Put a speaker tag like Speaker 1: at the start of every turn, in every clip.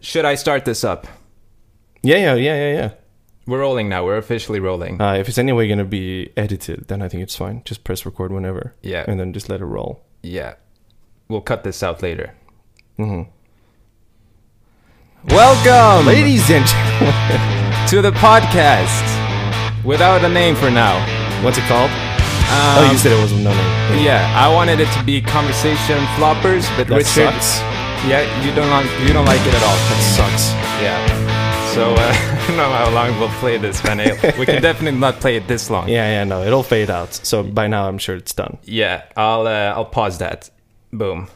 Speaker 1: Should I start this up?
Speaker 2: Yeah, yeah, yeah, yeah, yeah.
Speaker 1: We're rolling now. We're officially rolling.
Speaker 2: Uh, if it's anyway going to be edited, then I think it's fine. Just press record whenever.
Speaker 1: Yeah.
Speaker 2: And then just let it roll.
Speaker 1: yeah. We'll cut this out later.
Speaker 2: Mhm.
Speaker 1: Welcome
Speaker 2: Ladies and gentlemen,
Speaker 1: to the podcast without a name for now.
Speaker 2: what's it called? oh,
Speaker 1: Um,
Speaker 2: you said it was no name.
Speaker 1: yeah, I wanted it to be conversation floppers, but
Speaker 2: That
Speaker 1: Richard,
Speaker 2: sucks.
Speaker 1: yeah, you don't like you don't like it at all.
Speaker 2: That sucks.
Speaker 1: Yeah. So uh, I don't know how long we'll play this, Van Halen. We can definitely not play it this long.
Speaker 2: Yeah, yeah, no, it'll fade out. So by now, I'm sure it's done.
Speaker 1: Yeah, I'll uh, I'll pause that. Boom.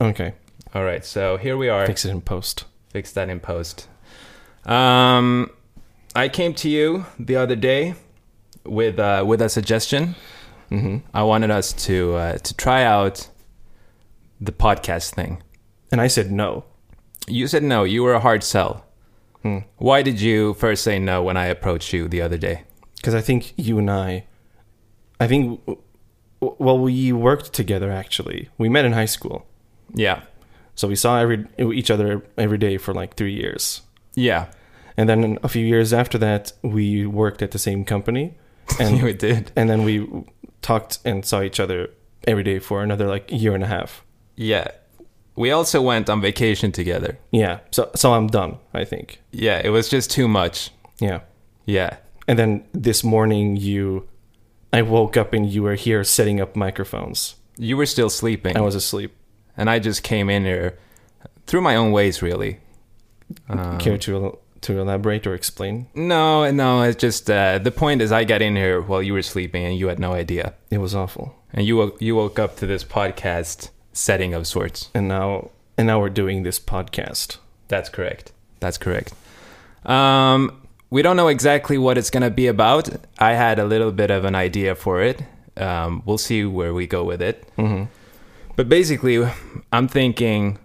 Speaker 2: Okay,
Speaker 1: All right, so here we are.
Speaker 2: fix it in post.
Speaker 1: Fix that in post. Um, I came to you the other day with uh, with a suggestion. Mm-hmm.
Speaker 2: Mhm.
Speaker 1: I wanted us to uh, to try out the podcast thing.
Speaker 2: And I said no.
Speaker 1: You said no. You were a hard sell. Hmm. Why did you first say no when I approached you the other day?
Speaker 2: because I think you and I, I think, w- w- well, we worked together actually. We met in high school,
Speaker 1: Yeah,
Speaker 2: so we saw every each other every day for like three years,
Speaker 1: yeah,
Speaker 2: and then a few years after that, we worked at the same company, and
Speaker 1: you did.
Speaker 2: and then we talked and saw each other every day for another like year and a half.
Speaker 1: Yeah, we also went on vacation together.
Speaker 2: Yeah, so so I'm done. I think.
Speaker 1: Yeah, it was just too much.
Speaker 2: Yeah,
Speaker 1: Yeah,
Speaker 2: and then this morning you. I woke up and you were here setting up microphones.
Speaker 1: you were still sleeping.
Speaker 2: I was asleep.
Speaker 1: and I just came in here through my own ways, really.
Speaker 2: Care to el- to elaborate or explain?
Speaker 1: No, no, it's just uh, the point is I got in here while you were sleeping and you had no idea,
Speaker 2: It was awful.
Speaker 1: and you woke, you woke up to this podcast setting of sorts.
Speaker 2: And now and now we're doing this podcast.
Speaker 1: That's correct. That's correct. Um, we don't know exactly what it's gonna be about. I had a little bit of an idea for it. Um, we'll see where we go with it. But basically, I'm thinking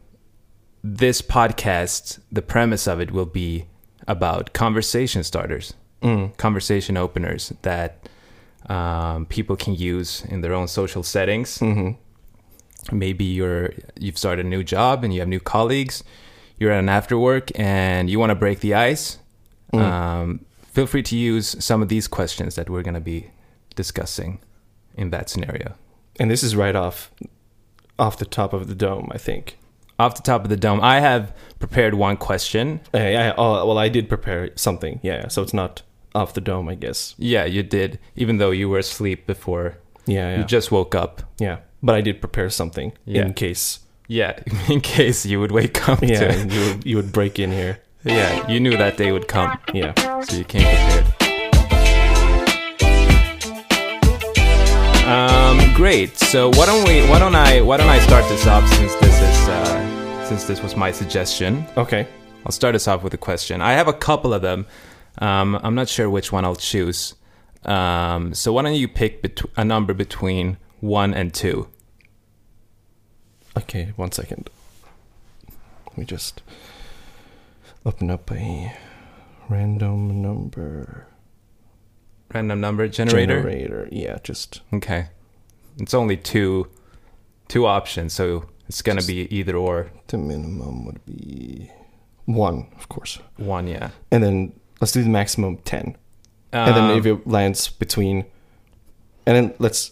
Speaker 1: this podcast, the premise of it will be about conversation starters, Mm. conversation openers that um, people can use in their own social settings. Maybe you're you've started a new job and you have new colleagues. You're at an after work and you want to break the ice.
Speaker 2: Mm.
Speaker 1: Um, feel free to use some of these questions that we're going to be discussing in that scenario.
Speaker 2: And this is right off off the top of the dome, I think.
Speaker 1: off the top of the dome, I have prepared one question.
Speaker 2: Yeah, yeah, oh, well, I did prepare something. Yeah, so it's not off the dome, I guess.
Speaker 1: Yeah, you did, even though you were asleep before.
Speaker 2: Yeah, yeah,
Speaker 1: You just woke up.
Speaker 2: yeah. But I did prepare something
Speaker 1: Yeah.
Speaker 2: in case.
Speaker 1: Yeah, in case you would wake up.
Speaker 2: Yeah,
Speaker 1: To it.
Speaker 2: and you would, you would break in here.
Speaker 1: Yeah, you knew that day would come,
Speaker 2: Yeah,
Speaker 1: so you came prepared. Um, great. So why don't we? Why don't I? Why don't I start this off since this is uh, since this was my suggestion.
Speaker 2: okay.
Speaker 1: I'll start us off with a question. I have a couple of them. Um, I'm not sure which one I'll choose. Um, so why don't you pick bet- a number between one and two?
Speaker 2: Okay, one second. Let me just open up a random number
Speaker 1: Random number generator.
Speaker 2: generator. Yeah, just
Speaker 1: Okay. It's only two, two options, so it's gonna be either or
Speaker 2: The minimum would be one, of course.
Speaker 1: one. Yeah.
Speaker 2: And then let's do the maximum 10. and then
Speaker 1: Um,
Speaker 2: if it lands between. And then let's.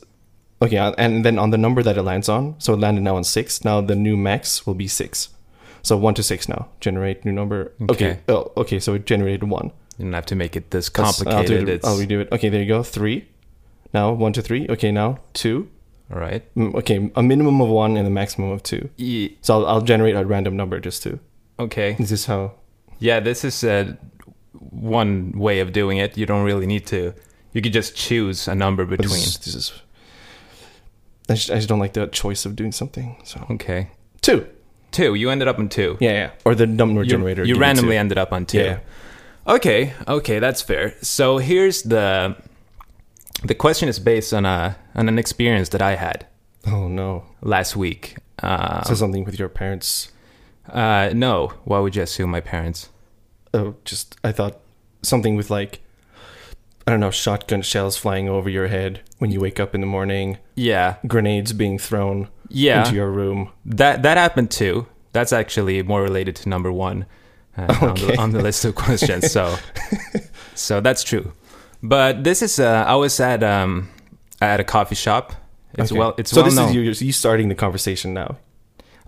Speaker 2: Okay, uh, and then on the number that it lands on, so it landed now on six. Now the new max will be six. So one to six now. Generate new number. Okay.
Speaker 1: Okay.
Speaker 2: Oh, okay, so it generated one.
Speaker 1: you don't have to make it this
Speaker 2: Let's- I'll do
Speaker 1: complicated.
Speaker 2: it-
Speaker 1: it's
Speaker 2: I'll redo it. Okay, there you go. Three. Now one to three. Okay, now two.
Speaker 1: all right.
Speaker 2: Mm, Okay, a minimum of one and a maximum of two.
Speaker 1: E-
Speaker 2: So I'll, I'll generate a random number just to.
Speaker 1: okay.
Speaker 2: Is this how
Speaker 1: Yeah, this is uh, one way of doing it. You don't really need to. You could just choose a number
Speaker 2: But
Speaker 1: between.
Speaker 2: This is, this is- I just, I just don't like the choice of doing something. So
Speaker 1: Okay.
Speaker 2: two.
Speaker 1: Two. You ended up in two.
Speaker 2: Yeah, yeah. Or the number
Speaker 1: You-
Speaker 2: generator.
Speaker 1: You
Speaker 2: give it
Speaker 1: randomly
Speaker 2: two.
Speaker 1: ended up on two.
Speaker 2: Yeah.
Speaker 1: Okay. Okay, that's fair. So here's the the question is based on a on an experience that I had
Speaker 2: Oh no.
Speaker 1: last week. Uh,
Speaker 2: So something with your parents.
Speaker 1: uh, no, why would you assume my parents?
Speaker 2: Oh, just I thought something with like I don't know, shotgun shells flying over your head when you wake up in the morning,
Speaker 1: Yeah,
Speaker 2: grenades being thrown
Speaker 1: yeah.
Speaker 2: into your room.
Speaker 1: that that happened too. That's actually more related to number one. uh, on,
Speaker 2: Okay.
Speaker 1: the, on the list of questions. So, so that's true. But this is uh, I was at um, at a coffee shop. It's
Speaker 2: Okay.
Speaker 1: well, it's
Speaker 2: so
Speaker 1: well
Speaker 2: this
Speaker 1: known.
Speaker 2: is you, you starting the conversation now.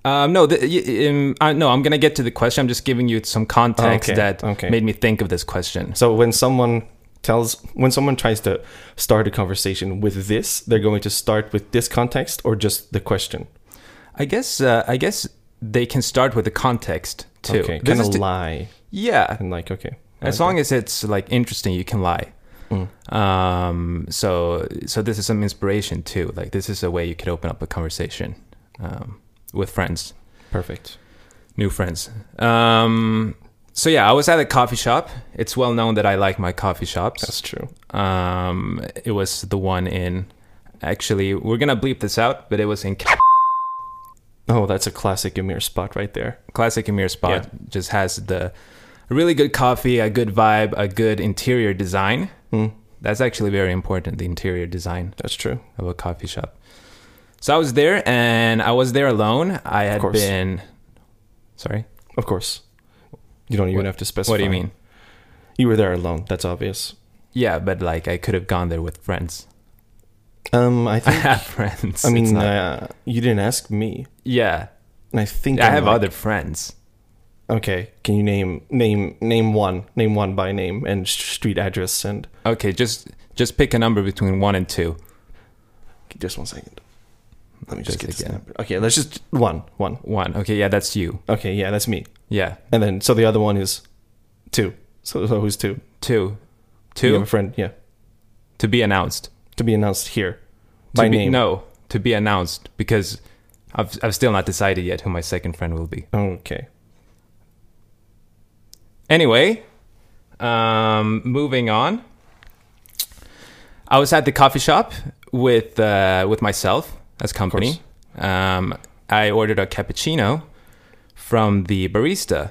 Speaker 1: Um, no, the, y- um, I, no, I'm gonna get to the question. I'm just giving you some context
Speaker 2: Okay,
Speaker 1: that
Speaker 2: okay.
Speaker 1: made me think of this question.
Speaker 2: So when someone tells, when someone tries to start a conversation with this, they're going to start with this context or just the question.
Speaker 1: I guess uh, I guess they can start with the context too.
Speaker 2: Okay,
Speaker 1: This
Speaker 2: kind
Speaker 1: is
Speaker 2: of
Speaker 1: to-
Speaker 2: lie
Speaker 1: yeah,
Speaker 2: and like okay. I
Speaker 1: as
Speaker 2: like
Speaker 1: long as it's like interesting, you can lie.
Speaker 2: Mm.
Speaker 1: Um, so so this is some inspiration too. Like this is a way you could open up a conversation um, with friends.
Speaker 2: that. perfect.
Speaker 1: new friends. Um, so yeah, I was at a coffee shop. It's well known that I like my coffee shops.
Speaker 2: That's true.
Speaker 1: Um, it was the one in. Actually, we're gonna bleep this out, but it was in Ca-
Speaker 2: Oh, that's a classic Amir spot right there.
Speaker 1: classic Emir spot. Just has the a really good coffee, a good vibe, a good interior design.
Speaker 2: Mm,
Speaker 1: That's actually very important. The interior design
Speaker 2: that's true.
Speaker 1: of a coffee shop. So I was there, and I was there alone. I had
Speaker 2: course.
Speaker 1: been. Sorry.
Speaker 2: Of course. You don't even
Speaker 1: What-
Speaker 2: have to specify.
Speaker 1: What do you mean?
Speaker 2: You were there alone. That's obvious.
Speaker 1: Yeah, but like I could have gone there with friends.
Speaker 2: Um, I
Speaker 1: I
Speaker 2: think.
Speaker 1: have friends.
Speaker 2: I
Speaker 1: It's
Speaker 2: mean,
Speaker 1: not-
Speaker 2: uh, you didn't ask me,
Speaker 1: yeah,
Speaker 2: and I think
Speaker 1: I
Speaker 2: I'm
Speaker 1: have
Speaker 2: like-
Speaker 1: other friends.
Speaker 2: Okay, can you name name name one name one by name and sh- street address and
Speaker 1: Okay, just just pick a number between one and two.
Speaker 2: just one second. Let me just
Speaker 1: Just
Speaker 2: get this
Speaker 1: again.
Speaker 2: number. Okay, let's just one one.
Speaker 1: One. Okay, yeah, that's you.
Speaker 2: Okay, yeah, that's me.
Speaker 1: Yeah,
Speaker 2: And then so the other one is two. So, so who's two?
Speaker 1: two,
Speaker 2: You
Speaker 1: two
Speaker 2: have a friend, yeah,
Speaker 1: to be announced.
Speaker 2: to be announced here
Speaker 1: To
Speaker 2: by
Speaker 1: be,
Speaker 2: name.
Speaker 1: No, to be announced because I've I've still not decided yet who my second friend will be.
Speaker 2: Okay.
Speaker 1: Anyway, um, moving on. I was at the coffee shop with uh, with myself as company. Um, I ordered a cappuccino from the barista,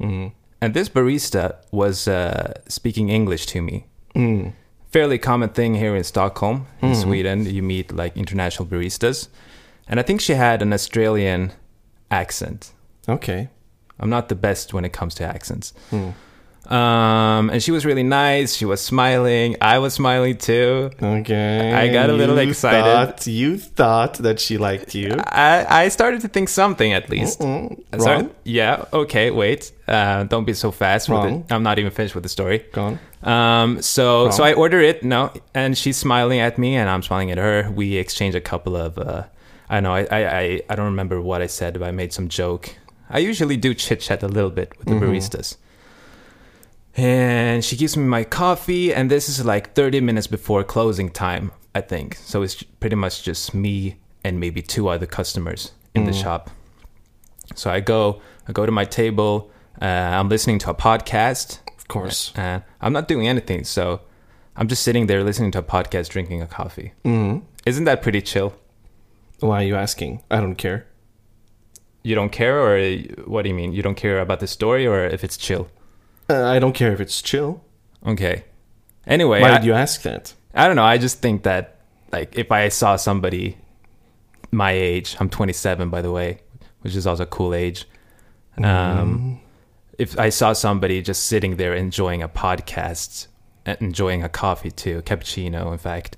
Speaker 2: Mm.
Speaker 1: and this barista was uh, speaking English to me.
Speaker 2: Mm.
Speaker 1: Fairly common thing here in Stockholm, in Sweden. You meet like international baristas, and I think she had an Australian accent.
Speaker 2: Okay.
Speaker 1: I'm not the best when it comes to accents.
Speaker 2: Mm.
Speaker 1: Um, and she was really nice. She was smiling. I was smiling too.
Speaker 2: Okay.
Speaker 1: I got a little
Speaker 2: You
Speaker 1: excited.
Speaker 2: Thought, you thought that she liked you.
Speaker 1: I, I started to think something at least.
Speaker 2: Mm,
Speaker 1: I
Speaker 2: wrong.
Speaker 1: started- yeah. Okay. Wait. Uh, don't be so fast.
Speaker 2: Wrong.
Speaker 1: With it. I'm not even finished with the story.
Speaker 2: Gone.
Speaker 1: Um, so so
Speaker 2: Wrong.
Speaker 1: I order it. No, and she's smiling at me, and I'm smiling at her. We exchange a couple of. Uh, I know. I, I I I don't remember what I said, but I made some joke. I usually do chit chat a little bit with the baristas. And she gives me my coffee, and this is like 30 minutes before closing time, I think. So it's pretty much just me and maybe two other customers in the shop. So I go, I go to my table. Uh, I'm listening to a podcast
Speaker 2: Of course.
Speaker 1: and Uh, I'm not doing anything. So I'm just sitting there listening to a podcast, drinking a coffee.
Speaker 2: Mm.
Speaker 1: Isn't that pretty chill?
Speaker 2: Why are you asking? I don't care.
Speaker 1: You don't care, or uh, what do you mean? You don't care about the story, or if it's chill?
Speaker 2: Uh, I don't care if it's chill.
Speaker 1: Okay. Anyway,
Speaker 2: Why
Speaker 1: I,
Speaker 2: did you ask that?
Speaker 1: I don't know. I just think that, like, if I saw somebody my age, I'm 27, by the way, which is also a cool age. Um, If I saw somebody just sitting there enjoying a podcast, uh, enjoying a coffee too, cappuccino, in fact,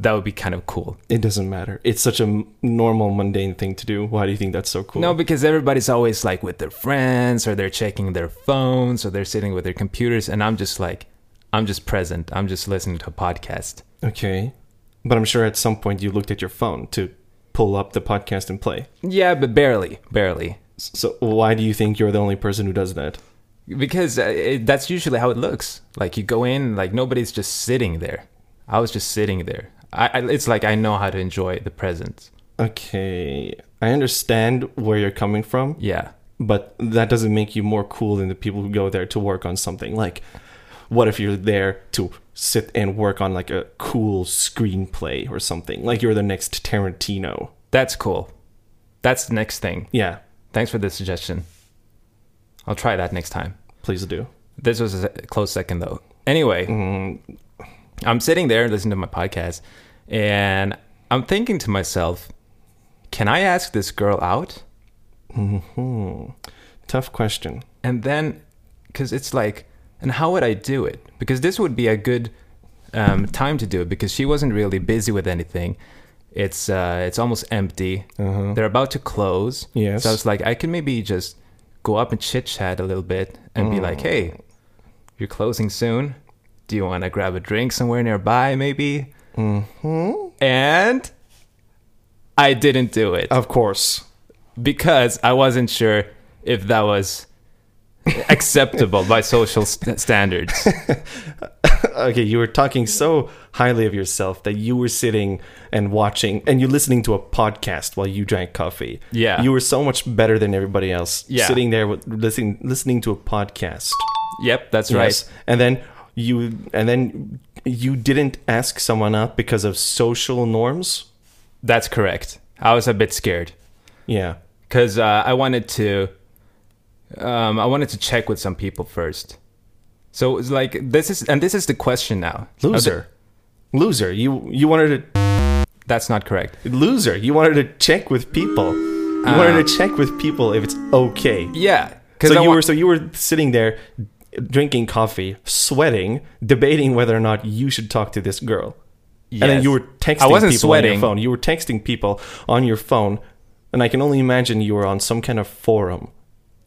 Speaker 1: that would be kind of cool.
Speaker 2: It doesn't matter. It's such a m- normal, mundane thing to do. Why do you think that's so cool?
Speaker 1: No, because everybody's always like with their friends or they're checking their phones or they're sitting with their computers. And I'm just like, I'm just present. I'm just listening to a podcast.
Speaker 2: Okay. But I'm sure at some point you looked at your phone to pull up the podcast and play.
Speaker 1: Yeah, but barely, barely.
Speaker 2: S- So why do you think you're the only person who does that?
Speaker 1: Because uh, it, that's usually how it looks. Like you go in, like nobody's just sitting there. I was just sitting there. I, I, it's like I know how to enjoy the present.
Speaker 2: Okay. I understand where you're coming from,
Speaker 1: Yeah.
Speaker 2: but that doesn't make you more cool than the people who go there to work on something. Like, what if you're there to sit and work on like a cool screenplay or something? Like you're the next Tarantino.
Speaker 1: That's cool. That's the next thing.
Speaker 2: Yeah,
Speaker 1: Thanks for the suggestion. I'll try that next time.
Speaker 2: please do.
Speaker 1: This was a se- close second, though. Anyway, I'm sitting there listening to my podcast, and I'm thinking to myself, can I ask this girl out?
Speaker 2: hmm Tough question.
Speaker 1: and then because it's like and how would i do it because this would be a good um, time to do it because she wasn't really busy with anything it's uh, it's almost empty
Speaker 2: Uh-huh.
Speaker 1: they're about to close
Speaker 2: Yes.
Speaker 1: so i was like i can maybe just go up and chit chat a little bit and be
Speaker 2: Mm.
Speaker 1: like hey you're closing soon do you want to grab a drink somewhere nearby maybe
Speaker 2: Hmm?
Speaker 1: and i didn't do it
Speaker 2: Of course.
Speaker 1: because I wasn't sure if that was acceptable by social st- standards.
Speaker 2: okay, you were talking so highly of yourself that you were sitting and watching and you're listening to a podcast while you drank coffee.
Speaker 1: Yeah.
Speaker 2: You were so much better than everybody else.
Speaker 1: Yeah.
Speaker 2: Sitting there with, listening listening to a podcast.
Speaker 1: Yep, that's
Speaker 2: Yes. And then you and then you didn't ask someone out because of social norms.
Speaker 1: right. That's correct. I was a bit scared
Speaker 2: Yeah.
Speaker 1: because uh, I wanted to, um, I wanted to check with some people first. So it's like this is, and this is the question now.
Speaker 2: Loser. Loser. You you wanted to
Speaker 1: That's not correct.
Speaker 2: loser. You wanted to check with people. You
Speaker 1: Ah.
Speaker 2: wanted to check with people if it's okay.
Speaker 1: Yeah, because
Speaker 2: So you were so you were sitting there drinking coffee, sweating, debating whether or not you should talk to this girl. And then
Speaker 1: Yes.
Speaker 2: you were texting
Speaker 1: I wasn't
Speaker 2: people on
Speaker 1: sweating.
Speaker 2: your phone. You were texting people on your phone, and I can only imagine you were on some kind of forum,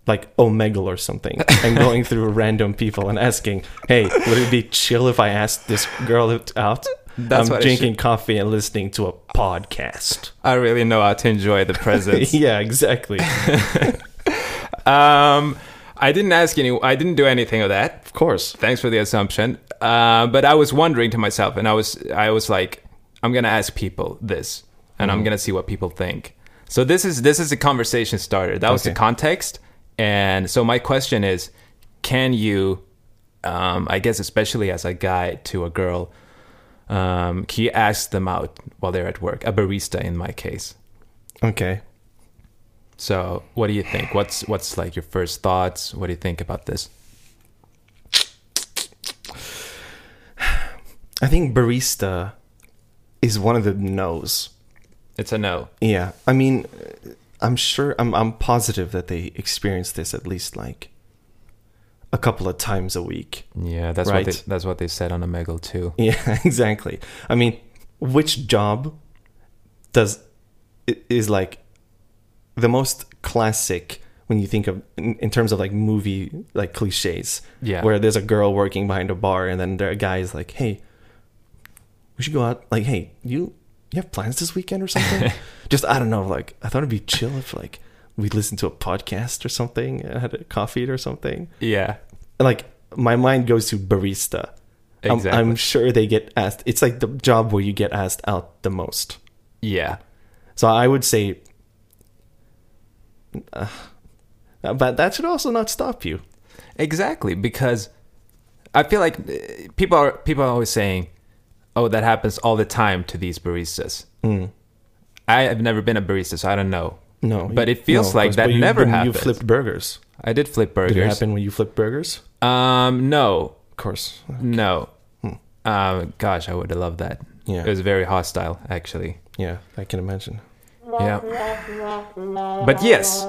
Speaker 2: like Omegle or something, and going through random people and asking, "Hey, would it be chill if I asked this girl out?
Speaker 1: That's
Speaker 2: I'm
Speaker 1: what I
Speaker 2: drinking coffee and listening to a podcast."
Speaker 1: I really know how to enjoy the present.
Speaker 2: yeah, exactly.
Speaker 1: um, I didn't ask any. I didn't do anything of that.
Speaker 2: of course.
Speaker 1: thanks for the assumption. Uh, but I was wondering to myself, and I was I was like, I'm gonna ask people this, and I'm gonna see what people think. So this is this is a conversation starter. That was the
Speaker 2: Okay.
Speaker 1: context, and so my question is, can you, um, I guess especially as a guy to a girl, um, can you ask them out while they're at work? A barista in my case.
Speaker 2: Okay.
Speaker 1: So what do you think? What's what's like your first thoughts? What do you think about this?
Speaker 2: I think barista is one of the no's.
Speaker 1: It's a no.
Speaker 2: Yeah, I mean, I'm sure I'm I'm positive that they experience this at least like a couple of times a week.
Speaker 1: Yeah, that's
Speaker 2: Right.
Speaker 1: what they, that's what they said on Omegle too.
Speaker 2: Yeah, exactly. I mean, which job does i- is like the most classic when you think of in, in terms of like movie like cliches?
Speaker 1: Yeah.
Speaker 2: where there's a girl working behind a bar, and then there a guy is like, "Hey, we should go out." Like, "Hey, you you have plans this weekend or something?" Just I don't know. Like, I thought it'd be chill if like we listened to a podcast or something, and had a coffee or something.
Speaker 1: Yeah.
Speaker 2: like my mind goes to barista. I'm-
Speaker 1: Exactly.
Speaker 2: I'm, sure they get asked. It's like the job where you get asked out the most.
Speaker 1: Yeah.
Speaker 2: So I would say, uh, but that should also not stop you.
Speaker 1: Exactly because I feel like uh, people are people are always saying, "Oh, that happens all the time to these baristas."
Speaker 2: Hmm.
Speaker 1: I have never been a barista, so I don't know.
Speaker 2: No,
Speaker 1: But
Speaker 2: you-
Speaker 1: it feels
Speaker 2: no, of
Speaker 1: like
Speaker 2: course,
Speaker 1: that
Speaker 2: but you-
Speaker 1: never
Speaker 2: when
Speaker 1: happens.
Speaker 2: You flipped burgers.
Speaker 1: I did flip
Speaker 2: Did it
Speaker 1: burgers.
Speaker 2: happen when you flipped burgers?
Speaker 1: um, no,
Speaker 2: Of course.
Speaker 1: no. Um, gosh, I would have loved that.
Speaker 2: Hmm. Yeah.
Speaker 1: It was very hostile, actually.
Speaker 2: Yeah, I can imagine.
Speaker 1: Yeah. But yes,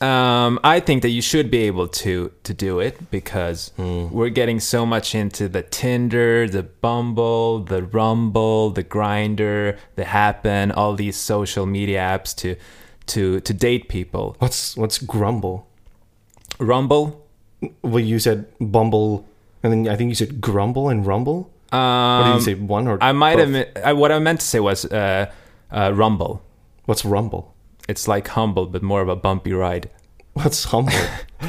Speaker 1: um, I think that you should be able to to do it because we're getting so much into the Tinder, the Bumble, the Rumble, the Grinder, the Happen, all these social media apps to to to date people.
Speaker 2: What's what's grumble?
Speaker 1: Rumble.
Speaker 2: Well, you said bumble, and then I think you said grumble and rumble. Or did
Speaker 1: Um,
Speaker 2: you say one or?
Speaker 1: I might
Speaker 2: both?
Speaker 1: have. me- I, what I meant to say was uh, uh, Rumble.
Speaker 2: What's rumble?
Speaker 1: It's like humble, but more of a bumpy ride.
Speaker 2: What's humble?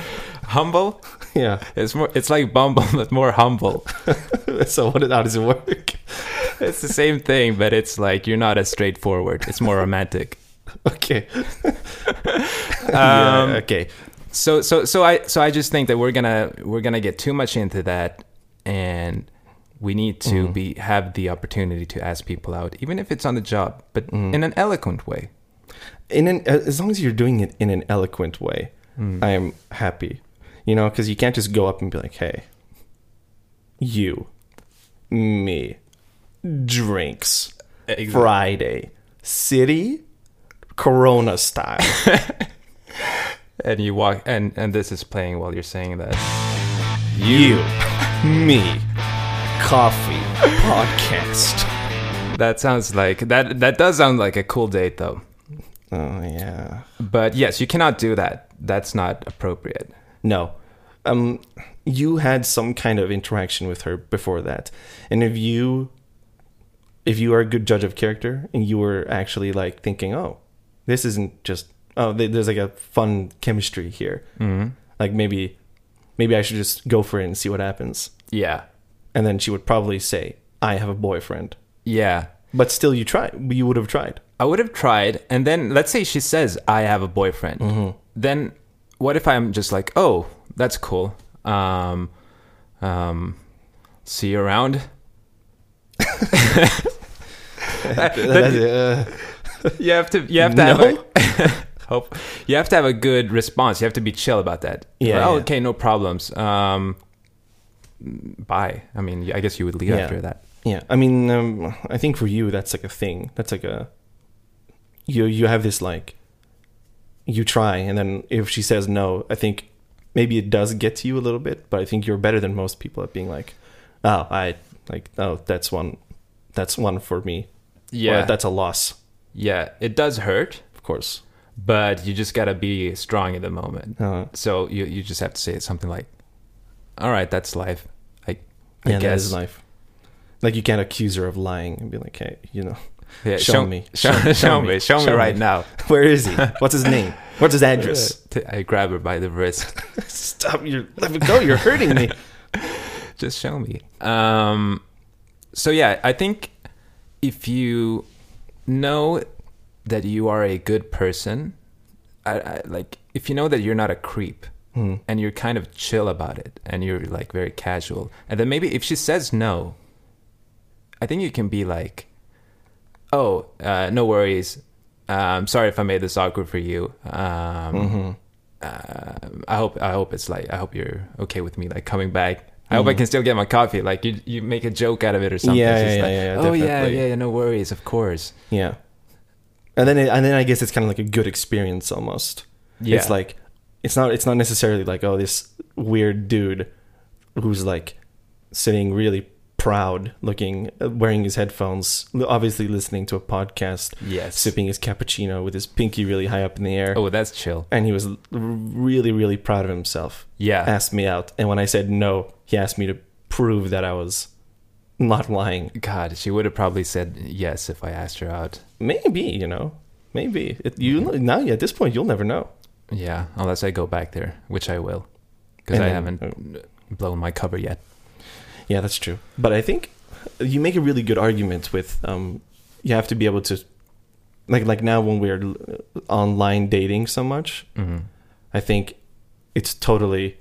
Speaker 1: Humble.
Speaker 2: yeah.
Speaker 1: It's more. It's like Bumble, but more humble.
Speaker 2: so what? How does it work?
Speaker 1: It's the same thing, but it's like you're not as straightforward. It's more romantic.
Speaker 2: Okay. Yeah, okay.
Speaker 1: So so so I so I just think that we're gonna we're gonna get too much into that, and we need to be have the opportunity to ask people out, even if it's on the job, but in an eloquent way.
Speaker 2: In an as long as you're doing it in an eloquent way, I am happy. You know, because you can't just go up and be like, "Hey, you, me, drinks,
Speaker 1: Exactly.
Speaker 2: Friday, city, Corona style."
Speaker 1: and you walk and and this is playing while you're saying that.
Speaker 2: You, me, coffee, podcast.
Speaker 1: That sounds like that that does sound like a cool date though.
Speaker 2: Oh yeah.
Speaker 1: But yes, you cannot do that. That's not appropriate.
Speaker 2: No. Um, you had some kind of interaction with her before that, and if you, if you are a good judge of character, and you were actually like thinking, oh, this isn't just oh, th- there's like a fun chemistry here.
Speaker 1: Mhm.
Speaker 2: Like maybe, maybe I should just go for it and see what happens.
Speaker 1: Yeah.
Speaker 2: And then she would probably say, I have a boyfriend.
Speaker 1: Yeah.
Speaker 2: But still, you try. You would have tried.
Speaker 1: I would have tried, and then let's say she says, "I have a boyfriend."
Speaker 2: Mm-hmm.
Speaker 1: Then, what if I'm just like, "Oh, that's cool. Um, um, see you around." You have to. You have to have. A, hope you have to have a good response. You have to be chill about that.
Speaker 2: Yeah,
Speaker 1: Like, "Oh,
Speaker 2: yeah.
Speaker 1: Okay. No problems. Um, bye. I mean, I guess you would leave
Speaker 2: Yeah.
Speaker 1: after that.
Speaker 2: Yeah, I mean, um, I think for you that's like a thing. That's like a you you have this like you try, and then if she says no, I think maybe it does get to you a little bit. But I think you're better than most people at being like, oh, I like oh that's one that's one for me.
Speaker 1: Yeah.
Speaker 2: or, that's a loss,
Speaker 1: Yeah. It does hurt,
Speaker 2: of course.
Speaker 1: but you just gotta be strong in the moment.
Speaker 2: Uh,
Speaker 1: So you you just have to say something like, "All right, that's life." I, I
Speaker 2: yeah, that
Speaker 1: guess.
Speaker 2: is life. Like you can't accuse her of lying and be like, hey, you know,
Speaker 1: Yeah,
Speaker 2: Show me.
Speaker 1: Show,
Speaker 2: Show-
Speaker 1: show,
Speaker 2: show
Speaker 1: me.
Speaker 2: me.
Speaker 1: Show me
Speaker 2: Show
Speaker 1: right
Speaker 2: me.
Speaker 1: now.
Speaker 2: where is he? What's his name? What's his address?
Speaker 1: T- I grab her by the wrist.
Speaker 2: Stop! You let me go. You're hurting me.
Speaker 1: just show me. Um, so yeah, I think if you know that you are a good person, I, I like if you know that you're not a creep
Speaker 2: Hmm.
Speaker 1: and you're kind of chill about it and you're like very casual, and then maybe if she says no, I think you can be like, "Oh, uh, no worries. Uh, I'm sorry if I made this awkward for you. Um,
Speaker 2: Mm-hmm.
Speaker 1: uh, I hope I hope it's like I hope you're okay with me like coming back. I hope I can still get my coffee. Like you, you make a joke out of it or something.
Speaker 2: Mm-hmm. Yeah,
Speaker 1: It's just
Speaker 2: yeah,
Speaker 1: like,
Speaker 2: yeah, yeah,
Speaker 1: oh yeah,
Speaker 2: definitely.
Speaker 1: yeah, yeah. No worries, of course.
Speaker 2: Yeah. And then it, and then I guess it's kind of like a good experience almost.
Speaker 1: Yeah.
Speaker 2: It's like it's not it's not necessarily like oh this weird dude who's like sitting really proud looking uh, wearing his headphones l- obviously listening to a podcast
Speaker 1: Yes.
Speaker 2: sipping his cappuccino with his pinky really high up in the air
Speaker 1: Oh, that's chill.
Speaker 2: and he was l- really really proud of himself
Speaker 1: Yeah.
Speaker 2: asked me out and when i said no he asked me to prove that i was not lying
Speaker 1: God, she would have probably said yes if I asked her out.
Speaker 2: Maybe you know, maybe it, you now at this point you'll never know.
Speaker 1: Yeah, unless I go back there, which I will, because
Speaker 2: And
Speaker 1: I
Speaker 2: then- uh,
Speaker 1: haven't blown my cover yet.
Speaker 2: Yeah, that's true. But I think you make a really good argument with um, you have to be able to, like like now when we're uh, online dating so much,
Speaker 1: Mhm.
Speaker 2: I think it's totally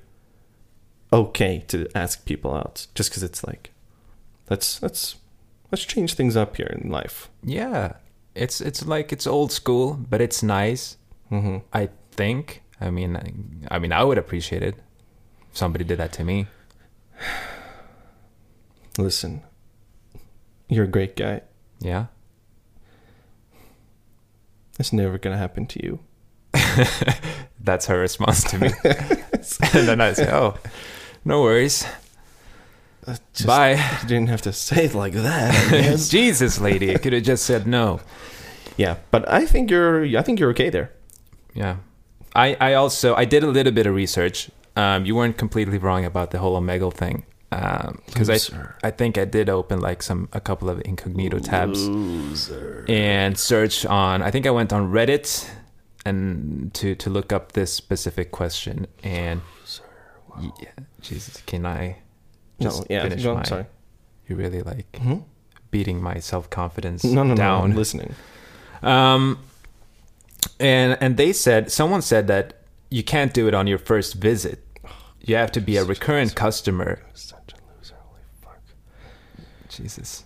Speaker 2: okay to ask people out just because it's like let's let's let's change things up here in life.
Speaker 1: Yeah, it's it's like it's old school, but it's nice.
Speaker 2: Mm-hmm.
Speaker 1: I think. I mean, I- I mean, I would appreciate it if somebody did that to me.
Speaker 2: Listen, you're a great guy.
Speaker 1: Yeah.
Speaker 2: It's never gonna happen to you.
Speaker 1: That's her response to me. and then I say, oh, no worries.
Speaker 2: That's Uh, just-
Speaker 1: Bye.
Speaker 2: You didn't have to say it like that. I guess.
Speaker 1: Jesus, lady. I could have just said no.
Speaker 2: yeah, but I think you're. I think you're okay there.
Speaker 1: Yeah. I, I also, I did a little bit of research. Um, you weren't completely wrong about the whole Omegle thing. Because
Speaker 2: Loser.
Speaker 1: I, I think I did open like some, a couple of incognito tabs and search on, I think I went on Reddit and to, to look up this specific question. And yeah, Jesus, can I just
Speaker 2: no, yeah.
Speaker 1: finish
Speaker 2: go on,
Speaker 1: my,
Speaker 2: sorry.
Speaker 1: you're really like
Speaker 2: Mhm.
Speaker 1: beating my self confidence
Speaker 2: No, no, no.
Speaker 1: down.
Speaker 2: I'm listening.
Speaker 1: um, and and they said someone said that you can't do it on your first visit. You have to be a recurrent customer.
Speaker 2: Such a loser. Holy fuck.
Speaker 1: Jesus,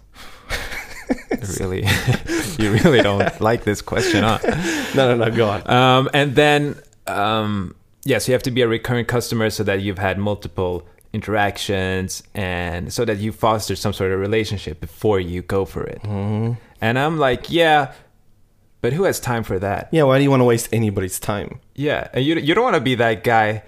Speaker 1: really, you really don't like this question, huh?
Speaker 2: No, no, no. Go on.
Speaker 1: Um, and then, um, yes, you have to be a recurring customer so that you've had multiple interactions and so that you foster some sort of relationship before you go for it. And I'm like, yeah, But who has time for that?
Speaker 2: Yeah, why do you want to waste anybody's time?
Speaker 1: Yeah, and you you don't want to be that guy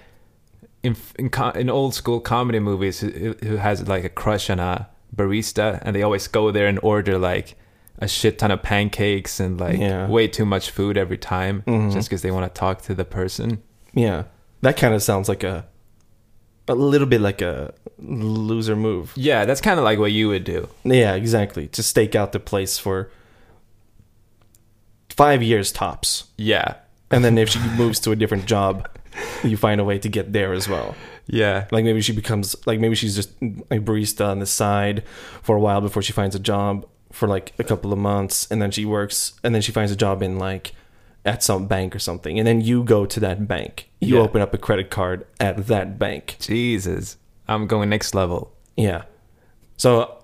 Speaker 1: in in, co- in old school comedy movies who, who has like a crush on a barista, and they always go there and order like a shit ton of pancakes and like
Speaker 2: Yeah.
Speaker 1: way too much food every time
Speaker 2: Mhm.
Speaker 1: just because they want to talk to the person.
Speaker 2: Yeah, that kind of sounds like a a little bit like a loser move.
Speaker 1: Yeah, that's kind of like what you would do.
Speaker 2: Yeah, exactly. To stake out the place for five years tops,
Speaker 1: Yeah,
Speaker 2: and then if she moves to a different job, you find a way to get there as well.
Speaker 1: yeah,
Speaker 2: Like maybe she becomes like maybe she's just a barista on the side for a while before she finds a job for like a couple of months, and then she works, and then she finds a job in like at some bank or something, and then you go to that bank, you
Speaker 1: Yeah.
Speaker 2: open up a credit card at that bank.
Speaker 1: Jesus, I'm going next level.
Speaker 2: Yeah. So,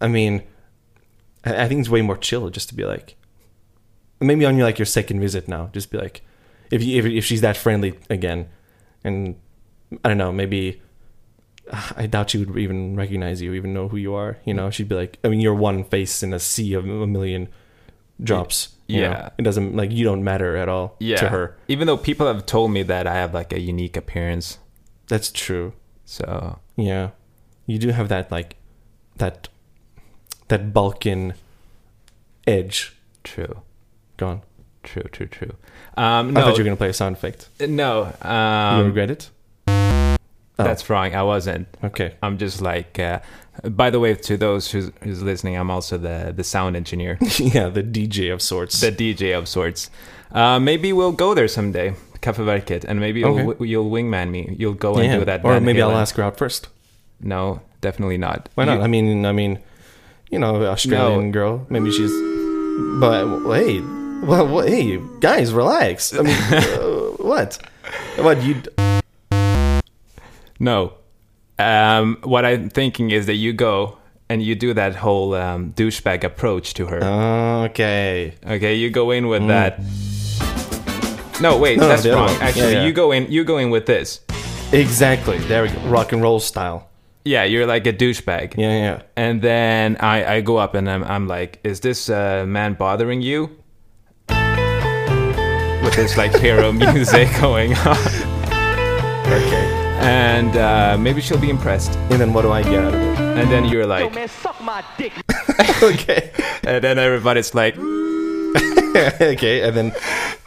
Speaker 2: I mean, I I think it's way more chill just to be like, maybe on your like your second visit now, just be like, if you if, if she's that friendly again, and I don't know, maybe uh, I doubt she would even recognize you, even know who you are. You know, she'd be like, I mean, you're one face in a sea of a million drops. you know?
Speaker 1: Yeah.
Speaker 2: it doesn't like you don't matter at all
Speaker 1: Yeah,
Speaker 2: to her.
Speaker 1: Even though people have told me that I have like a unique appearance,
Speaker 2: That's true.
Speaker 1: so
Speaker 2: Yeah, you do have that like that that Balkan edge
Speaker 1: true,
Speaker 2: gone.
Speaker 1: true, true, true. Um,
Speaker 2: I
Speaker 1: no,
Speaker 2: thought you were gonna play a sound effect.
Speaker 1: no,
Speaker 2: you
Speaker 1: um,
Speaker 2: regret it? Oh.
Speaker 1: that's wrong. I wasn't.
Speaker 2: Okay.
Speaker 1: I'm just like. Uh, by the way, to those who's, who's listening, I'm also the the sound engineer,
Speaker 2: yeah, the DJ of sorts.
Speaker 1: the DJ of sorts. Uh, maybe we'll go there someday, Kafeverket, and maybe you'll,
Speaker 2: Okay.
Speaker 1: you'll wingman me. You'll go and
Speaker 2: yeah.
Speaker 1: do that.
Speaker 2: or
Speaker 1: Van
Speaker 2: maybe I'll
Speaker 1: Halen.
Speaker 2: ask her out first.
Speaker 1: No, definitely not.
Speaker 2: Why not?
Speaker 1: You-
Speaker 2: I mean, I mean, you know, Australian girl. Maybe she's. But well, hey, well, well, hey, guys, relax. I mean, uh, what? What you?
Speaker 1: No. Um, what I'm thinking is that you go and you do that whole um, douchebag approach to
Speaker 2: Oh.
Speaker 1: her.
Speaker 2: Okay.
Speaker 1: Okay, you go in with that. No, wait,
Speaker 2: Mm. No, no,
Speaker 1: that's
Speaker 2: the other
Speaker 1: wrong.
Speaker 2: one. Yeah,
Speaker 1: Actually,
Speaker 2: yeah.
Speaker 1: you go in. You go in with this.
Speaker 2: Exactly. There we go. Rock and roll style.
Speaker 1: Yeah, you're like a douchebag.
Speaker 2: Yeah, yeah.
Speaker 1: And then I, I go up and I'm, I'm like, is this uh, man bothering you? With this like hero music going on,
Speaker 2: Okay.
Speaker 1: and uh, maybe she'll be impressed.
Speaker 2: And then what do I get out of it?
Speaker 1: And then you're
Speaker 3: Yo,
Speaker 1: like,
Speaker 3: man, suck my dick.
Speaker 2: okay.
Speaker 1: and then everybody's like,
Speaker 2: okay. And then,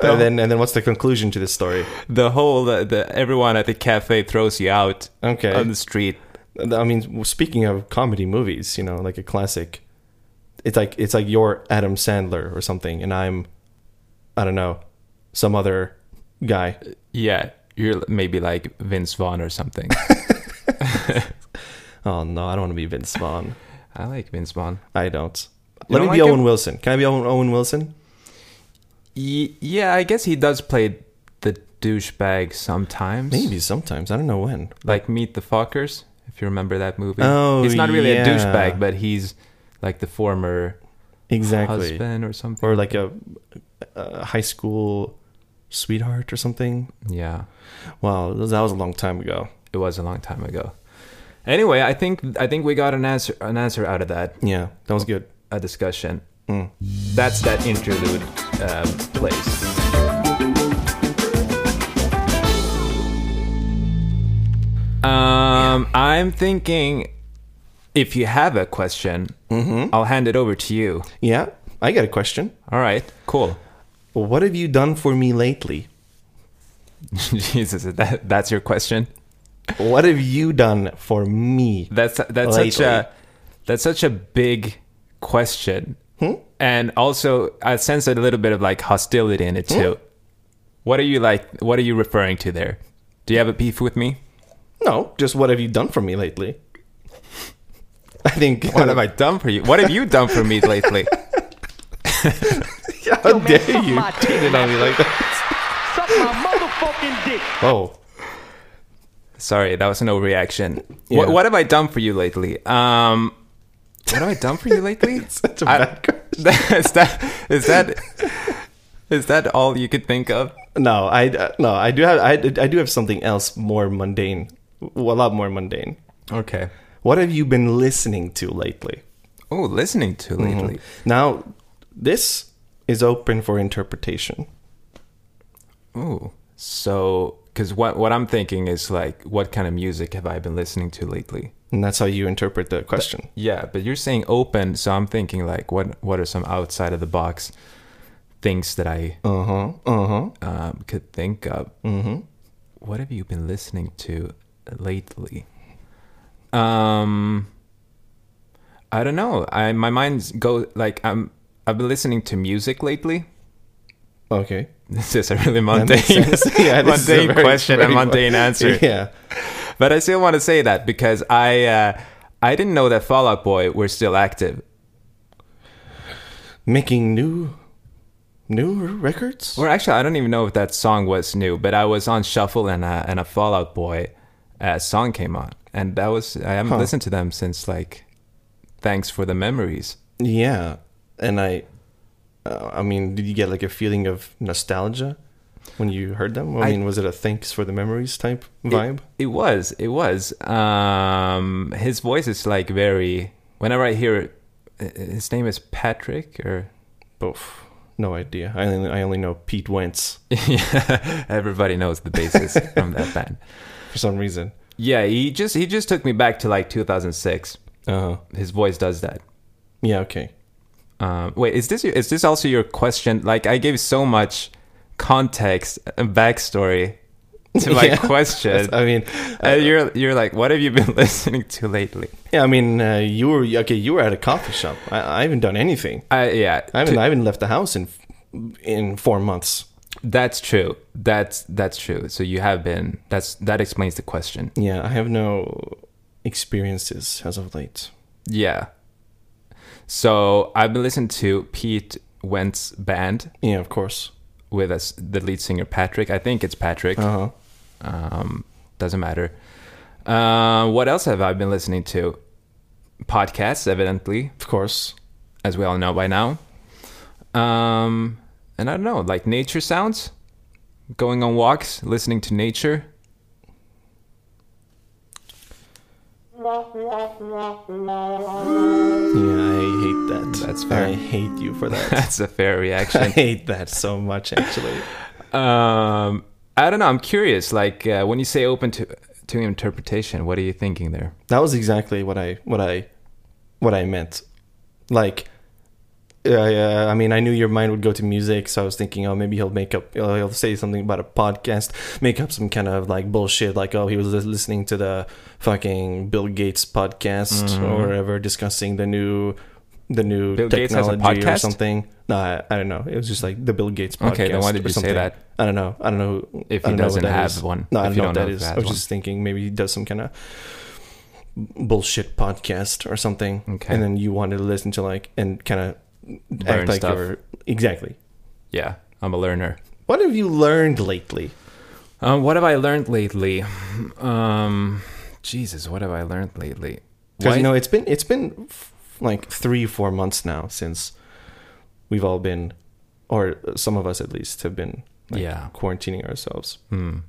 Speaker 2: and then, and then, what's the conclusion to this story?
Speaker 1: the whole the, the everyone at the cafe throws you out
Speaker 2: Okay.
Speaker 1: on the street.
Speaker 2: I mean, speaking of comedy movies, you know, like a classic, it's like it's like you're Adam Sandler or something, and I'm, I don't know, some other guy.
Speaker 1: Yeah, you're maybe like Vince Vaughn or something.
Speaker 2: Oh no, I don't want to be Vince Vaughn.
Speaker 1: I like Vince Vaughn.
Speaker 2: I don't.
Speaker 1: You
Speaker 2: Let
Speaker 1: don't
Speaker 2: me be
Speaker 1: like
Speaker 2: Owen
Speaker 1: him?
Speaker 2: Wilson. Can I be Owen, Owen Wilson?
Speaker 1: Y- yeah, I guess he does play the douchebag sometimes.
Speaker 2: Maybe sometimes. I don't know when.
Speaker 1: like Meet the Fockers, if you remember that movie.
Speaker 2: Oh,
Speaker 1: he's not really
Speaker 2: yeah.
Speaker 1: a douchebag, but he's like the former
Speaker 2: Exactly.
Speaker 1: husband or something.
Speaker 2: Or like a, a high school sweetheart or something.
Speaker 1: yeah,
Speaker 2: Wow, that was a long time ago.
Speaker 1: it was a long time ago. Anyway, I think I think we got an answer an answer out of that.
Speaker 2: Yeah, that was good. Mm.
Speaker 1: a discussion. That's that interlude um, place. Um, I'm thinking if you have a question,
Speaker 2: Mm-hmm.
Speaker 1: I'll hand it over to you.
Speaker 2: Yeah, I got a question.
Speaker 1: All right, cool.
Speaker 2: What have you done for me lately?
Speaker 1: Jesus, that, that's your question.
Speaker 2: What have you done for me?
Speaker 1: That's that's such
Speaker 2: Lately.
Speaker 1: a that's such a big question,
Speaker 2: Hmm?
Speaker 1: and also I sense a little bit of like hostility in
Speaker 2: Hmm?
Speaker 1: it too. What are you like? What are you referring to there? Do you have a beef with me?
Speaker 2: No, just what have you done for me lately? I think.
Speaker 1: What have I done for you? What have you done for me lately?
Speaker 2: How
Speaker 3: Yo, man,
Speaker 2: dare
Speaker 3: suck
Speaker 2: you?
Speaker 3: my dick,
Speaker 2: Did not be
Speaker 3: man.
Speaker 2: like that.
Speaker 3: Suck my motherfucking dick.
Speaker 2: Oh,
Speaker 1: Sorry, that was an overreaction.
Speaker 2: Yeah.
Speaker 1: What, what have I done for you lately? Um, what have I done for you lately?
Speaker 2: such a
Speaker 1: I-
Speaker 2: bad question.
Speaker 1: is that is that is that all you could think of?
Speaker 2: No, I uh, no, I do have I, I do have something else more mundane, Well, a lot more mundane.
Speaker 1: Okay.
Speaker 2: What have you been listening to lately?
Speaker 1: Oh, listening to lately.
Speaker 2: Now, this is open for interpretation.
Speaker 1: Ooh. So, because what what I'm thinking is like, what kind of music have I been listening to lately?
Speaker 2: And that's how you interpret the question.
Speaker 1: Yeah, but you're saying open, so I'm thinking like, what what are some outside of the box things that I
Speaker 2: Uh huh. Uh huh.
Speaker 1: um, could think of?
Speaker 2: Mm-hmm.
Speaker 1: What have you been listening to lately? Um, I don't know. I my mind's go like I'm. I've been listening to music lately.
Speaker 2: Okay.
Speaker 1: This is a really
Speaker 2: That makes
Speaker 1: mundane,
Speaker 2: sense. Yeah, this is a
Speaker 1: mundane
Speaker 2: very-
Speaker 1: question and
Speaker 2: very-
Speaker 1: mundane answer.
Speaker 2: Yeah.
Speaker 1: But I still want to say that because I uh, I didn't know that Fall Out Boy were still active.
Speaker 2: Making new, new records.
Speaker 1: Or actually, I don't even know if that song was new. But I was on shuffle and a, and a Fall Out Boy uh, song came on, and that was I haven't
Speaker 2: Huh.
Speaker 1: listened to them since like Thanks for the Memories.
Speaker 2: Yeah, and I, uh, I mean, did you get like a feeling of nostalgia when you heard them? I,
Speaker 1: I-
Speaker 2: mean, was it a thanks for the memories type vibe?
Speaker 1: It, it was. It was. Um, his voice is like very. Whenever I hear it, uh, his name is Patrick or
Speaker 2: Oof, no idea. I only, I only know Pete Wentz
Speaker 1: yeah, everybody knows the bassist from that band.
Speaker 2: for some reason.
Speaker 1: Yeah, he just he just took me back to like 2006.
Speaker 2: Uh huh.
Speaker 1: His voice does that.
Speaker 2: Yeah. Okay.
Speaker 1: Um, wait, is this your, is this also your question? Like, I gave so much context and backstory to my
Speaker 2: Yeah. uh,
Speaker 1: question,
Speaker 2: I mean,
Speaker 1: and you're you're like, what have you been listening to lately?
Speaker 2: yeah. I mean, uh, you were okay. You were at a coffee shop. I, I haven't done anything.
Speaker 1: I yeah,
Speaker 2: I haven't.
Speaker 1: to-
Speaker 2: I haven't left the house in in four months.
Speaker 1: that's true. That's that's true. So you have been. That's that explains the question.
Speaker 2: Yeah, I have no experiences as of late.
Speaker 1: Yeah. So I've been listening to Pete Wentz band
Speaker 2: Yeah, of course.
Speaker 1: with us the lead singer Patrick. I think it's Patrick.
Speaker 2: Uh huh.
Speaker 1: Um, doesn't matter. Uh, what else have I been listening to? Podcasts, evidently,
Speaker 2: Of course.
Speaker 1: as we all know by now. Um, and I don't know, like nature sounds, going on walks, listening to nature.
Speaker 2: Yeah, I hate that.
Speaker 1: That's fair.
Speaker 2: I hate you for that.
Speaker 1: That's a fair
Speaker 2: I
Speaker 1: reaction.
Speaker 2: hate that so much, actually.
Speaker 1: um, I don't know. I'm curious. Like uh, when you say open to to interpretation, what are you thinking there?
Speaker 2: That was exactly what I what I what I meant. Like, I, uh, I mean, I knew your mind would go to music, so I was thinking, oh, maybe he'll make up, uh, he'll say something about a podcast, make up some kind of like bullshit, like, oh, he was lis- listening to the fucking Bill Gates podcast or whatever, discussing the new the new
Speaker 1: Mm-hmm. Bill Gates has a
Speaker 2: technology or
Speaker 1: podcast?
Speaker 2: something. No, I, I don't know. It was just like the Bill Gates podcast.
Speaker 1: Okay, then why did
Speaker 2: or
Speaker 1: you say
Speaker 2: something.
Speaker 1: that?
Speaker 2: I don't know. I don't know who-
Speaker 1: If
Speaker 2: I
Speaker 1: he
Speaker 2: don't know what
Speaker 1: doesn't
Speaker 2: that
Speaker 1: have
Speaker 2: is.
Speaker 1: one,
Speaker 2: No, I
Speaker 1: if
Speaker 2: don't
Speaker 1: you
Speaker 2: know what
Speaker 1: don't
Speaker 2: that
Speaker 1: know if
Speaker 2: is.
Speaker 1: he
Speaker 2: I
Speaker 1: has
Speaker 2: was
Speaker 1: one.
Speaker 2: just thinking maybe he does some kind of bullshit podcast or something.
Speaker 1: Okay.
Speaker 2: And then you wanted to listen to like and kind of
Speaker 1: Learn
Speaker 2: act like
Speaker 1: stuff.
Speaker 2: you're exactly.
Speaker 1: Yeah, I'm a learner.
Speaker 2: What have you learned lately?
Speaker 1: Um, what have I learned lately? Um, Jesus, what have I learned lately?
Speaker 2: Because
Speaker 1: Why-
Speaker 2: you know it's been it's been f- like three four months now since we've all been, or some of us at least have been like,
Speaker 1: Yeah.
Speaker 2: quarantining ourselves.
Speaker 1: Hmm.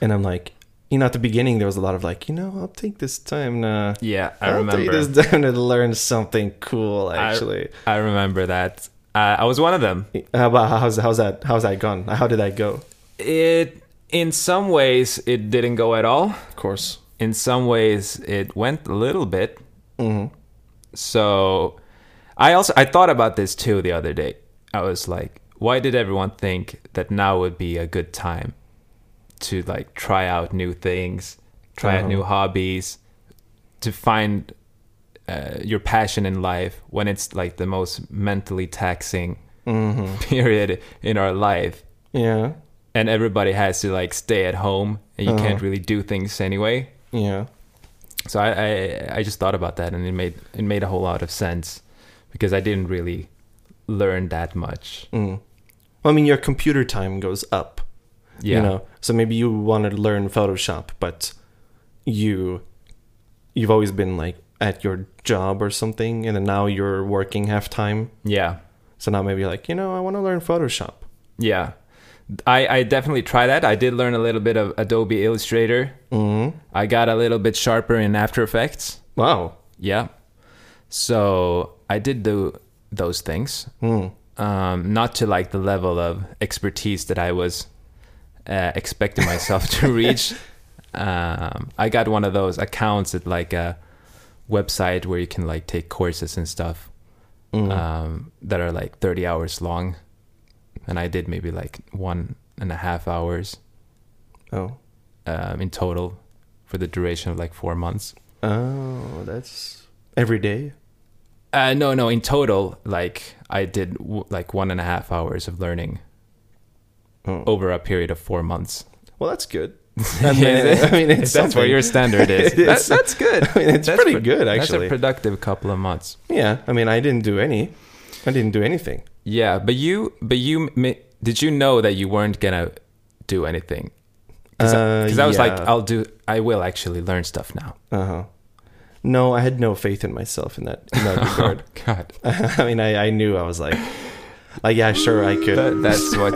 Speaker 2: And I'm like, you know, at the beginning there was a lot of like, you know, I'll take this time to.
Speaker 1: Yeah, I
Speaker 2: I'll
Speaker 1: remember.
Speaker 2: Take this time to learn something cool.
Speaker 1: I-
Speaker 2: Actually,
Speaker 1: I, remember that. Uh, I was one of them.
Speaker 2: how about how's how's that how's that gone? How did that go?
Speaker 1: It, in some ways, it didn't go at all.
Speaker 2: Of course.
Speaker 1: In some ways, it went a little bit.
Speaker 2: Mm-hmm.
Speaker 1: So, I also I thought about this too the other day. I was like, why did everyone think that now would be a good time to like try out new things, try
Speaker 2: Uh-huh.
Speaker 1: out new hobbies, to find uh, your passion in life when it's like the most mentally taxing
Speaker 2: Mm-hmm.
Speaker 1: period in our life
Speaker 2: Yeah.
Speaker 1: and everybody has to like stay at home and you
Speaker 2: Uh-huh.
Speaker 1: can't really do things anyway
Speaker 2: Yeah.
Speaker 1: so I, I i just thought about that and it made it made a whole lot of sense because i didn't really learn that much
Speaker 2: Mm. Well, I mean, your computer time goes up.
Speaker 1: yeah
Speaker 2: You know, so maybe you wanted to learn Photoshop, but you you've always been like at your job or something, and then now you're working half time.
Speaker 1: yeah
Speaker 2: So now maybe you're like, you know, I want to learn Photoshop.
Speaker 1: yeah i i definitely try that i did learn a little bit of adobe illustrator
Speaker 2: Mm-hmm.
Speaker 1: i got a little bit sharper in after effects
Speaker 2: Wow.
Speaker 1: yeah so i did do those things
Speaker 2: Mm.
Speaker 1: um, not to like the level of expertise that I was uh, expecting myself to reach. Um, I got one of those accounts at like a website where you can like take courses and stuff um, that are like 30 hours long, and I did maybe like one and a half hours
Speaker 2: Oh.
Speaker 1: um, in total for the duration of like four months.
Speaker 2: Oh, that's every day.
Speaker 1: Uh, no, no. In total, like I did w- like one and a half hours of learning
Speaker 2: Oh.
Speaker 1: over a period of four months.
Speaker 2: Well, that's good.
Speaker 1: If that's where your standard is.
Speaker 2: It is.
Speaker 1: That- that's good.
Speaker 2: I mean, it's
Speaker 1: That's
Speaker 2: pretty
Speaker 1: pro-
Speaker 2: good,
Speaker 1: That's
Speaker 2: actually.
Speaker 1: a productive couple of months.
Speaker 2: yeah, I mean, I didn't do any. I didn't do anything.
Speaker 1: Yeah, but you, but you, mi- did you know that you weren't gonna do anything? Because
Speaker 2: Uh,
Speaker 1: I, was like,
Speaker 2: yeah.
Speaker 1: I'll do. I will actually learn stuff now.
Speaker 2: Uh huh. No, I had no faith in myself in that, in that regard.
Speaker 1: Oh, God,
Speaker 2: I mean, I, I knew I was like, like yeah, sure, I could.
Speaker 1: That- that's what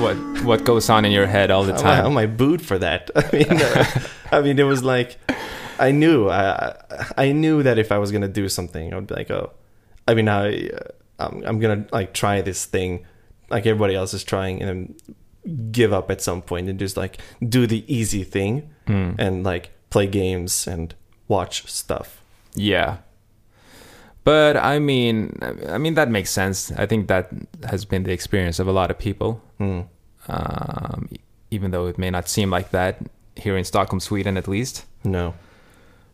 Speaker 1: what what goes on in your head all the
Speaker 2: am I,
Speaker 1: time.
Speaker 2: am I booed for that? I mean, uh, I mean, it was like, I knew, I, I knew that if I was gonna do something, I would be like, oh, I mean, I, uh, I'm, I'm gonna like try this thing, like everybody else is trying, and then give up at some point and just like do the easy thing
Speaker 1: Hmm.
Speaker 2: and like play games and watch stuff.
Speaker 1: Yeah. But I mean, I mean that makes sense. I think that has been the experience of a lot of people.
Speaker 2: Hmm.
Speaker 1: Um, even though it may not seem like that here in Stockholm, Sweden, at least.
Speaker 2: No,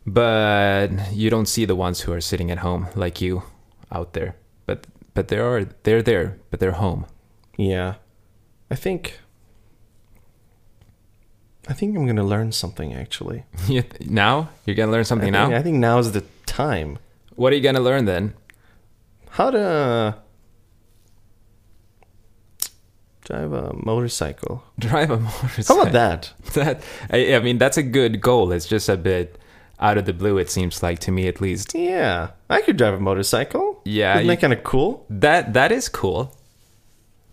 Speaker 1: But you don't see the ones who are sitting at home like you out there. But but there are they're there, but they're home.
Speaker 2: yeah, I think. I think I'm gonna learn something actually.
Speaker 1: You th- now you're gonna learn something
Speaker 2: I
Speaker 1: now.
Speaker 2: think, I think now's the time.
Speaker 1: What are you gonna learn then?
Speaker 2: how to drive a motorcycle.
Speaker 1: Drive a motorcycle.
Speaker 2: How about that?
Speaker 1: that I, I mean that's a good goal it's just a bit out of the blue it seems like to me at least
Speaker 2: Yeah, I could drive a motorcycle.
Speaker 1: Yeah,
Speaker 2: isn't
Speaker 1: you-
Speaker 2: that kind of cool?
Speaker 1: that that is cool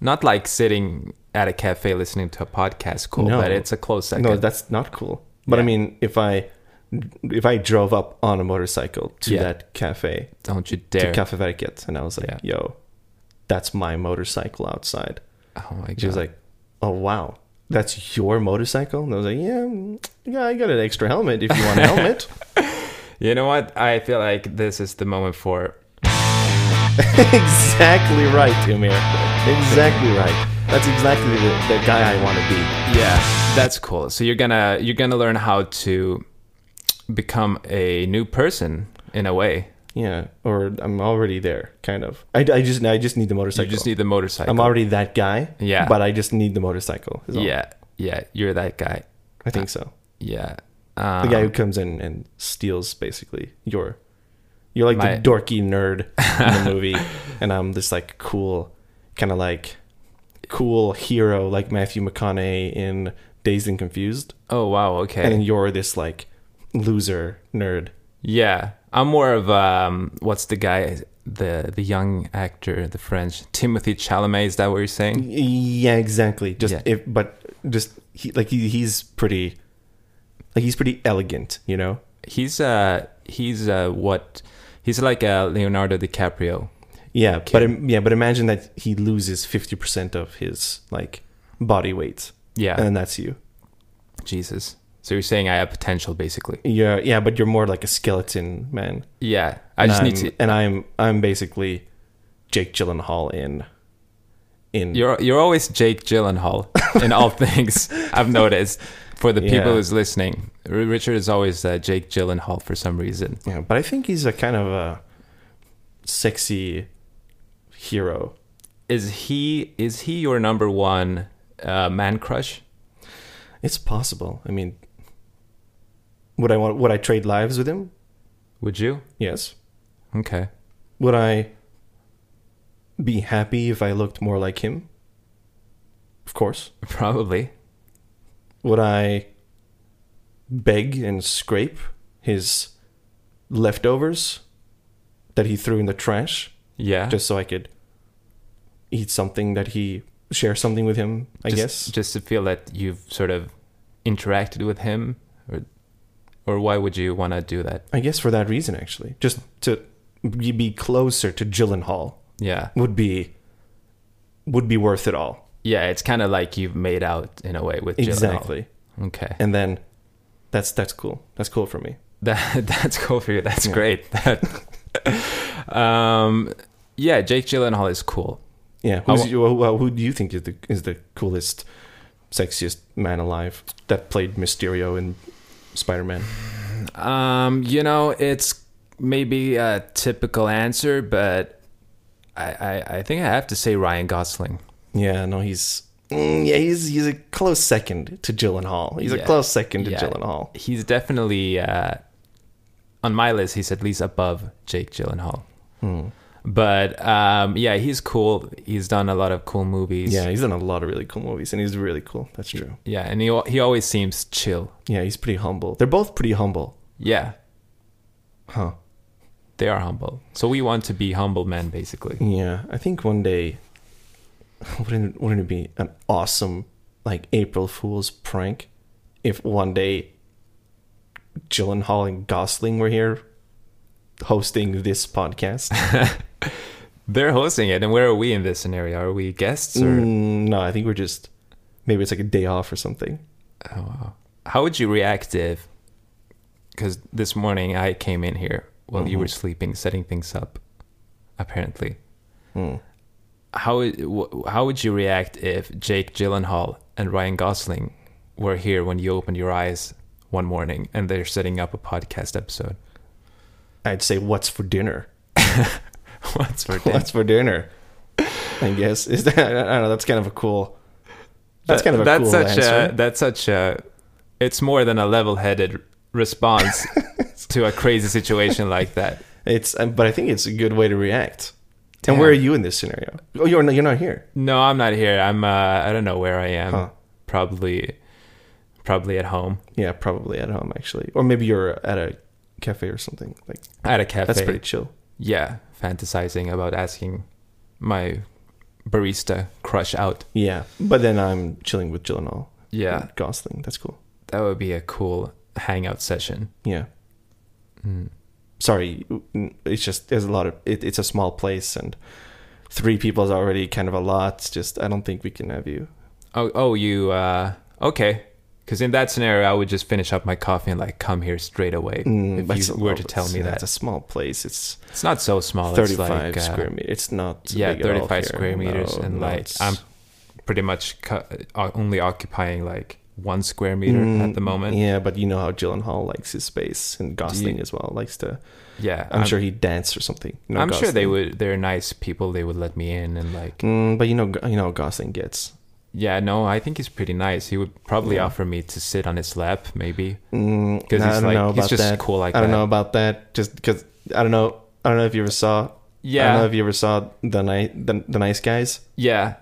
Speaker 1: not like sitting at a cafe listening to a podcast cool but it's a close second
Speaker 2: No, that's not cool. But I
Speaker 1: Yeah.
Speaker 2: mean, if I if I drove up on a motorcycle to
Speaker 1: Yeah.
Speaker 2: that cafe,
Speaker 1: don't you
Speaker 2: to
Speaker 1: dare
Speaker 2: Cafe Verket, and I was like,
Speaker 1: Yeah.
Speaker 2: "Yo, that's my motorcycle outside."
Speaker 1: oh my god
Speaker 2: She was like, "Oh wow, that's your motorcycle." And I was like, "Yeah, mm, yeah, I got an extra helmet if you want a helmet."
Speaker 1: you know what i feel like this is the moment for
Speaker 2: exactly right, Amir. Exactly right. That's exactly the, the guy I want to be.
Speaker 1: yeah that's cool so you're gonna you're gonna learn how to become a new person in a way
Speaker 2: Yeah, or I'm already there, kind of. I, I just I just need the
Speaker 1: you
Speaker 2: motorcycle.
Speaker 1: just need the motorcycle
Speaker 2: I'm already that guy.
Speaker 1: Yeah.
Speaker 2: but I just need the motorcycle. is all.
Speaker 1: yeah yeah you're that guy
Speaker 2: I think so.
Speaker 1: yeah
Speaker 2: The
Speaker 1: um,
Speaker 2: guy who comes in and steals basically your. You're like
Speaker 1: My-
Speaker 2: the dorky nerd in the movie, and I'm this like cool, kind of like cool hero like Matthew McConaughey in Dazed and Confused.
Speaker 1: Oh wow, okay.
Speaker 2: and you're this like loser nerd.
Speaker 1: yeah. I'm more of um what's the guy the the young actor, the French Timothy Chalamet, is that what you're saying?
Speaker 2: Yeah, exactly. Just
Speaker 1: Yeah.
Speaker 2: if, but just he, like he, he's pretty, like he's pretty elegant, you know.
Speaker 1: He's uh he's uh what he's like a Leonardo DiCaprio.
Speaker 2: Yeah, but im- yeah, but imagine that he loses fifty percent of his like body weight,
Speaker 1: Yeah.
Speaker 2: and that's you.
Speaker 1: Jesus. So you're saying I have potential basically.
Speaker 2: Yeah, yeah, but you're more like a skeleton man.
Speaker 1: Yeah. I just
Speaker 2: And
Speaker 1: need
Speaker 2: I'm-
Speaker 1: to
Speaker 2: and I'm I'm basically Jake Gyllenhaal in in
Speaker 1: You're you're always Jake Gyllenhaal in all things. I've noticed for the people
Speaker 2: Yeah.
Speaker 1: who's listening. R- Richard is always uh, Jake Gyllenhaal for some reason.
Speaker 2: Yeah, but I think he's a kind of a sexy hero.
Speaker 1: Is he is he your number one uh, man crush?
Speaker 2: It's possible. I mean, would I want? Would I trade lives with him?
Speaker 1: Would you?
Speaker 2: Yes.
Speaker 1: Okay.
Speaker 2: Would I be happy if I looked more like him? Of course.
Speaker 1: Probably.
Speaker 2: Would I beg and scrape his leftovers that he threw in the trash
Speaker 1: Yeah.
Speaker 2: just so I could eat something that he share something with him? I
Speaker 1: just,
Speaker 2: guess.
Speaker 1: Just to feel that you've sort of interacted with him or or why would you want to do that?
Speaker 2: I guess for that reason, actually, just to be be closer to Gyllenhaal
Speaker 1: Yeah.
Speaker 2: would be would be worth it all.
Speaker 1: Yeah, it's kind of like you've made out in a way with Jill and all.
Speaker 2: Exactly.
Speaker 1: Okay,
Speaker 2: And then that's that's cool. That's cool for me.
Speaker 1: that that's cool for you. That's great. That, um, yeah, Jake Gyllenhaal is cool.
Speaker 2: Yeah.
Speaker 1: I
Speaker 2: Who's, who, who- who do you think is the is the coolest, sexiest man alive that played Mysterio in Spider Man?
Speaker 1: Um, you know, it's maybe a typical answer, but I, I, I think I have to say Ryan Gosling.
Speaker 2: Yeah. No, he's. Mm, yeah, he's he's a close second to Gyllenhaal. He's
Speaker 1: Yeah.
Speaker 2: a close second to
Speaker 1: Yeah.
Speaker 2: Gyllenhaal.
Speaker 1: He's definitely uh, on my list. He's at least above Jake Gyllenhaal.
Speaker 2: Hmm.
Speaker 1: But um, yeah, he's cool. He's done a lot of cool movies.
Speaker 2: Yeah, he's done a lot of really cool movies, and he's really cool. That's true.
Speaker 1: yeah, and he al- he always seems chill.
Speaker 2: Yeah, he's pretty humble. They're both pretty humble,
Speaker 1: Yeah,
Speaker 2: huh?
Speaker 1: they are humble. So we want to be humble men, basically.
Speaker 2: Yeah, I think one day, wouldn't wouldn't it be an awesome like April Fool's prank if one day Gyllenhaal and Gosling were here hosting this podcast?
Speaker 1: They're hosting it, and where are we in this scenario? Are we guests or?
Speaker 2: Mm, no, I think we're just maybe it's like a day off or something.
Speaker 1: Oh, wow. How would you react if? Because this morning I came in here while you were
Speaker 2: Mm-hmm.
Speaker 1: sleeping, setting things up. Apparently,
Speaker 2: Hmm.
Speaker 1: how w- how would you react if Jake Gyllenhaal and Ryan Gosling were here when you opened your eyes one morning and they're setting up a podcast episode?
Speaker 2: I'd say, what's for dinner?
Speaker 1: What's for dinner?
Speaker 2: What's for dinner? I guess is that I don't know. That's kind of a cool. That's kind of a
Speaker 1: that's
Speaker 2: cool
Speaker 1: such a
Speaker 2: answer.
Speaker 1: that's such a it's more than a level-headed response to a crazy situation like that.
Speaker 2: It's, um, but I think it's a good way to react. And
Speaker 1: Yeah.
Speaker 2: where are you in this scenario? Oh, you're not, you're not here.
Speaker 1: No, I'm not here. I'm uh I don't know where I am.
Speaker 2: Huh.
Speaker 1: Probably probably at home
Speaker 2: Yeah, probably at home actually, or maybe you're at a cafe or something. Like
Speaker 1: at a cafe.
Speaker 2: that's pretty chill.
Speaker 1: Yeah, fantasizing about asking my barista crush out.
Speaker 2: Yeah, but then I'm chilling with Gyllenhaal.
Speaker 1: Yeah.
Speaker 2: and Gosling. That's cool.
Speaker 1: That would be a cool hangout session.
Speaker 2: Yeah.
Speaker 1: Hmm.
Speaker 2: Sorry, mm, it's just there's a lot of it, it's a small place and three people is already kind of a lot. It's just I don't think we can have you.
Speaker 1: Oh, oh, you uh okay. Cuz in that scenario I would just finish up my coffee and like come here straight away
Speaker 2: Mm,
Speaker 1: if
Speaker 2: that's
Speaker 1: you
Speaker 2: a
Speaker 1: were
Speaker 2: lot.
Speaker 1: to tell me
Speaker 2: Yeah,
Speaker 1: that.
Speaker 2: it's a small place. It's
Speaker 1: It's not so small. It's
Speaker 2: 35
Speaker 1: like, uh,
Speaker 2: square meters. It's not
Speaker 1: yeah,
Speaker 2: big at all
Speaker 1: 35
Speaker 2: here.
Speaker 1: square meters,
Speaker 2: No,
Speaker 1: and
Speaker 2: no,
Speaker 1: like
Speaker 2: it's-
Speaker 1: I'm pretty much cu- uh, only occupying like one square meter at the moment. Yeah,
Speaker 2: Mm, Yeah, but you know how Gyllenhaal likes his space, and Gosling as well likes to. I'm, sure he danced or something. You know
Speaker 1: I'm sure they
Speaker 2: Gosling.
Speaker 1: would. They're nice people. They would let me in, and like,
Speaker 2: Mm, but you know, you know, how Gosling gets.
Speaker 1: yeah, no, I think he's pretty nice. He would probably offer me to sit on his lap, maybe.
Speaker 2: Mm,
Speaker 1: 'Cause
Speaker 2: I
Speaker 1: he's
Speaker 2: don't
Speaker 1: like-
Speaker 2: know
Speaker 1: he's
Speaker 2: about
Speaker 1: just
Speaker 2: that.
Speaker 1: cool like
Speaker 2: I don't
Speaker 1: that.
Speaker 2: know about that. Just because I don't know. I don't know if you ever saw. I
Speaker 1: Yeah.
Speaker 2: don't know if you ever saw the nice the, the nice guys.
Speaker 1: Yeah,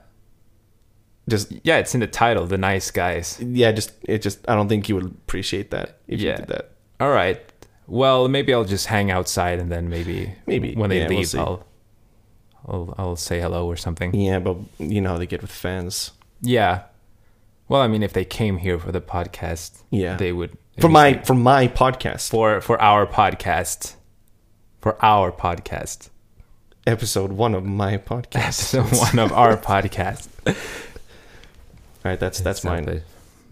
Speaker 2: Just
Speaker 1: yeah, it's in the title, the nice guys.
Speaker 2: yeah, just it just I don't think you would appreciate that if
Speaker 1: Yeah.
Speaker 2: you did that.
Speaker 1: All right. Well, maybe I'll just hang outside, and then maybe
Speaker 2: Maybe.
Speaker 1: when they
Speaker 2: Yeah, we'll
Speaker 1: leave,
Speaker 2: see.
Speaker 1: I'll, I'll I'll say hello or something.
Speaker 2: Yeah, but you know how they get with fans.
Speaker 1: Yeah. Well, I mean, if they came here for the podcast,
Speaker 2: Yeah.
Speaker 1: they would
Speaker 2: For my for my podcast
Speaker 1: for for our podcast, for our podcast,
Speaker 2: episode one of my podcast.
Speaker 1: episode one of our podcast.
Speaker 2: All right, that's that's mine.
Speaker 1: Exactly.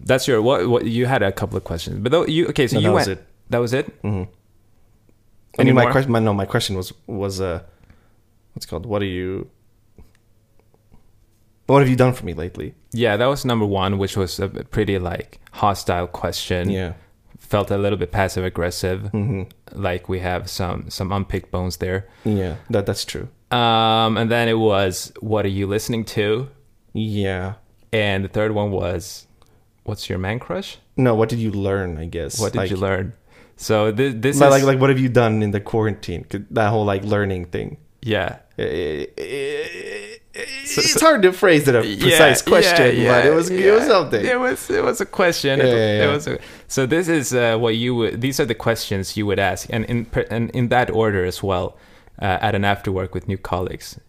Speaker 1: That's your what? What you had a couple of questions, but though you okay? So
Speaker 2: No,
Speaker 1: you
Speaker 2: that
Speaker 1: went.
Speaker 2: was it.
Speaker 1: That was it.
Speaker 2: I mean, my
Speaker 1: Anymore?
Speaker 2: question. My, no, my question was was uh, what's it called? What are you? What have you done for me lately?
Speaker 1: Yeah, that was number one, which was a pretty like hostile question.
Speaker 2: Yeah, Mm-hmm.
Speaker 1: felt a little bit passive aggressive. Like we have some some unpicked bones there.
Speaker 2: yeah, that that's true.
Speaker 1: Um, and then it was, what are you listening to?
Speaker 2: Yeah.
Speaker 1: And the third one was, what's your man crush?
Speaker 2: No, what did you learn? I guess.
Speaker 1: What did
Speaker 2: Like-
Speaker 1: you learn? So thi- this
Speaker 2: Like,
Speaker 1: is
Speaker 2: like like what have you done in the quarantine? 'Cause That whole like learning thing. Eh,
Speaker 1: yeah.
Speaker 2: I- I- I-
Speaker 1: So-
Speaker 2: eh,
Speaker 1: so-
Speaker 2: it's hard to phrase it a precise
Speaker 1: Yeah,
Speaker 2: question,
Speaker 1: yeah,
Speaker 2: but it was
Speaker 1: yeah.
Speaker 2: it was something.
Speaker 1: It was it was a question. It-
Speaker 2: Yeah, yeah,
Speaker 1: it
Speaker 2: yeah.
Speaker 1: was a- so this is uh, what you would. These are the questions you would ask, and in per- and in that order as well. Uh, at an after work with new colleagues,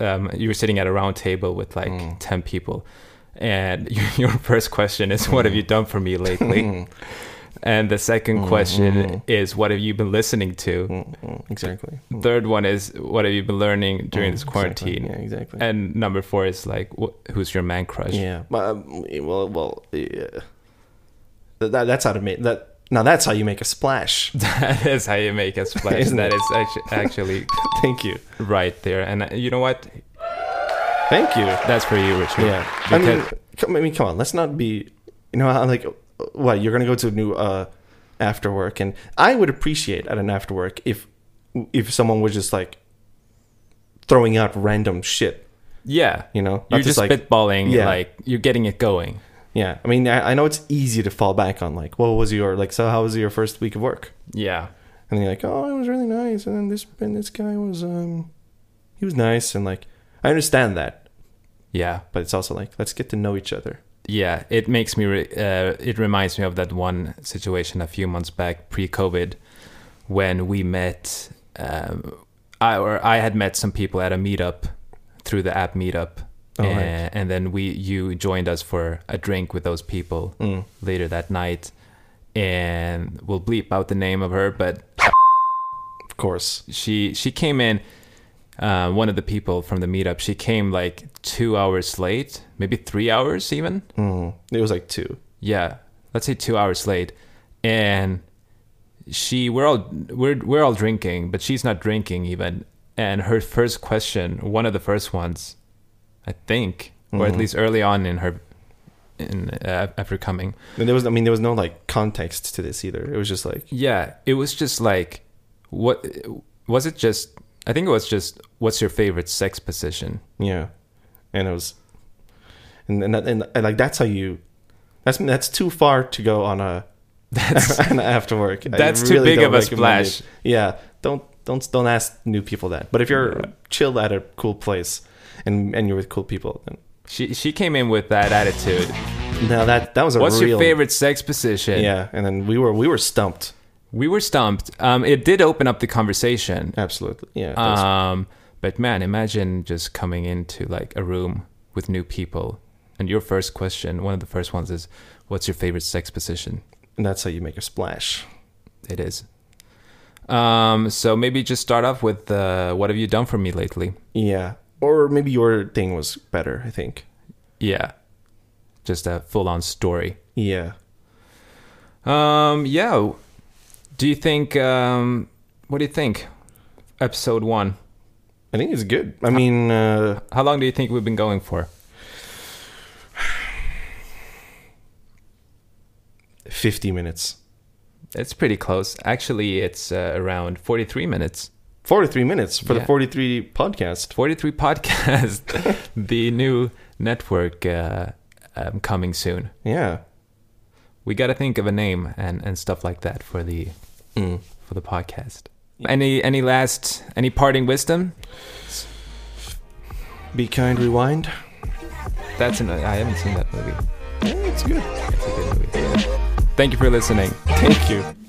Speaker 1: um, you were sitting at a round table with like
Speaker 2: Mm.
Speaker 1: ten
Speaker 2: Mm,
Speaker 1: people, and your, your first question is, "What have you done for me lately?" And the 2nd question
Speaker 2: Mm-hmm.
Speaker 1: is, what have you been listening to?
Speaker 2: Mm, Exactly. Mm,
Speaker 1: Third one is, what have you been learning during this
Speaker 2: Exactly.
Speaker 1: quarantine?
Speaker 2: Yeah, exactly.
Speaker 1: And number four is like, wh- who's your man crush?
Speaker 2: Yeah. But, um, well, well, yeah. That, that- that's how to make that. Now that's how you make a splash.
Speaker 1: that is how you make a splash.
Speaker 2: Isn't
Speaker 1: That
Speaker 2: it?
Speaker 1: is actu- actually
Speaker 2: Thank you.
Speaker 1: right there. And uh, you know what?
Speaker 2: Thank you.
Speaker 1: That's for you, Richard.
Speaker 2: Yeah. I mean,
Speaker 1: Because-
Speaker 2: come, I mean, come on. Let's not be. You know, I'm like, what? You're gonna go to a new uh, after work, and I would appreciate at an after work if if someone was just like throwing out random shit.
Speaker 1: yeah.
Speaker 2: You know,
Speaker 1: You're
Speaker 2: Not
Speaker 1: just
Speaker 2: like
Speaker 1: spitballing.
Speaker 2: Yeah.
Speaker 1: Like, you're getting it going.
Speaker 2: yeah. I mean, I, I know it's easy to fall back on like, what was your like? So how was your first week of work?
Speaker 1: Yeah.
Speaker 2: and you're like, oh, it was really nice, and then this and this guy was, um, he was nice, and like, I understand that,
Speaker 1: Yeah.
Speaker 2: but it's also like, let's get to know each other.
Speaker 1: Yeah, it makes me. Re- uh, it reminds me of that one situation a few months back, pre-COVID, when we met. Um, I or I had met some people at a meetup through the app Meetup,
Speaker 2: Oh,
Speaker 1: and,
Speaker 2: right.
Speaker 1: and then we you joined us for a drink with those people
Speaker 2: Mm.
Speaker 1: later that night, and we'll bleep out the name of her, but
Speaker 2: Of course.
Speaker 1: she she came in uh, one of the people from the meetup she came like two hours late maybe three hours even
Speaker 2: Mm. It was like two.
Speaker 1: yeah let's say two hours late and she we're all we're we're all drinking but she's not drinking even and her first question one of the first ones i think or
Speaker 2: Mm-hmm.
Speaker 1: at least early on in her in uh, after coming
Speaker 2: And there was, I mean, there was no like context to this either. It was just like,
Speaker 1: yeah it was just like what was it just i think it was just what's your favorite sex position
Speaker 2: yeah, and it was, and and, that, and, and like that's how you, that's that's too far to go on a. That's after work. I
Speaker 1: That's too big
Speaker 2: don't
Speaker 1: of a
Speaker 2: recommend it.
Speaker 1: splash.
Speaker 2: Yeah, don't don't don't ask new people that. But if you're chill at a cool place, and and you're with cool people, then
Speaker 1: She she came in with that attitude.
Speaker 2: No, that that was a
Speaker 1: What's your
Speaker 2: real-
Speaker 1: favorite sex position?
Speaker 2: Yeah, and then we were we were stumped.
Speaker 1: We were stumped. Um, it did open up the conversation.
Speaker 2: Absolutely. Yeah. that was-
Speaker 1: Um, but man, imagine just coming into like a room with new people, and your first question, one of the first ones, is, "What's your favorite sex position?"
Speaker 2: and that's how you make a splash.
Speaker 1: It is. Um, so maybe just start off with, uh, "What have you done for me lately?"
Speaker 2: Yeah. Or maybe your thing was better, I think.
Speaker 1: Yeah, just a full-on story.
Speaker 2: Yeah.
Speaker 1: Um, yeah. Do you think? Um, what do you think? Episode one.
Speaker 2: I think it's good. I mean, uh,
Speaker 1: How long do you think we've been going for?
Speaker 2: 50 minutes.
Speaker 1: It's pretty close. Actually, it's uh, around 43 minutes.
Speaker 2: 43 minutes for
Speaker 1: Yeah.
Speaker 2: the 43 podcast.
Speaker 1: 43 podcast, the new network uh, um, coming soon.
Speaker 2: Yeah.
Speaker 1: We got to think of a name and, and stuff like that for the
Speaker 2: Mm.
Speaker 1: for the podcast. Any any last any parting wisdom?
Speaker 2: Be kind rewind.
Speaker 1: That's an I haven't seen that movie.
Speaker 2: Yeah, it's good.
Speaker 1: It's a good movie. Thank you for listening.
Speaker 2: Thank you.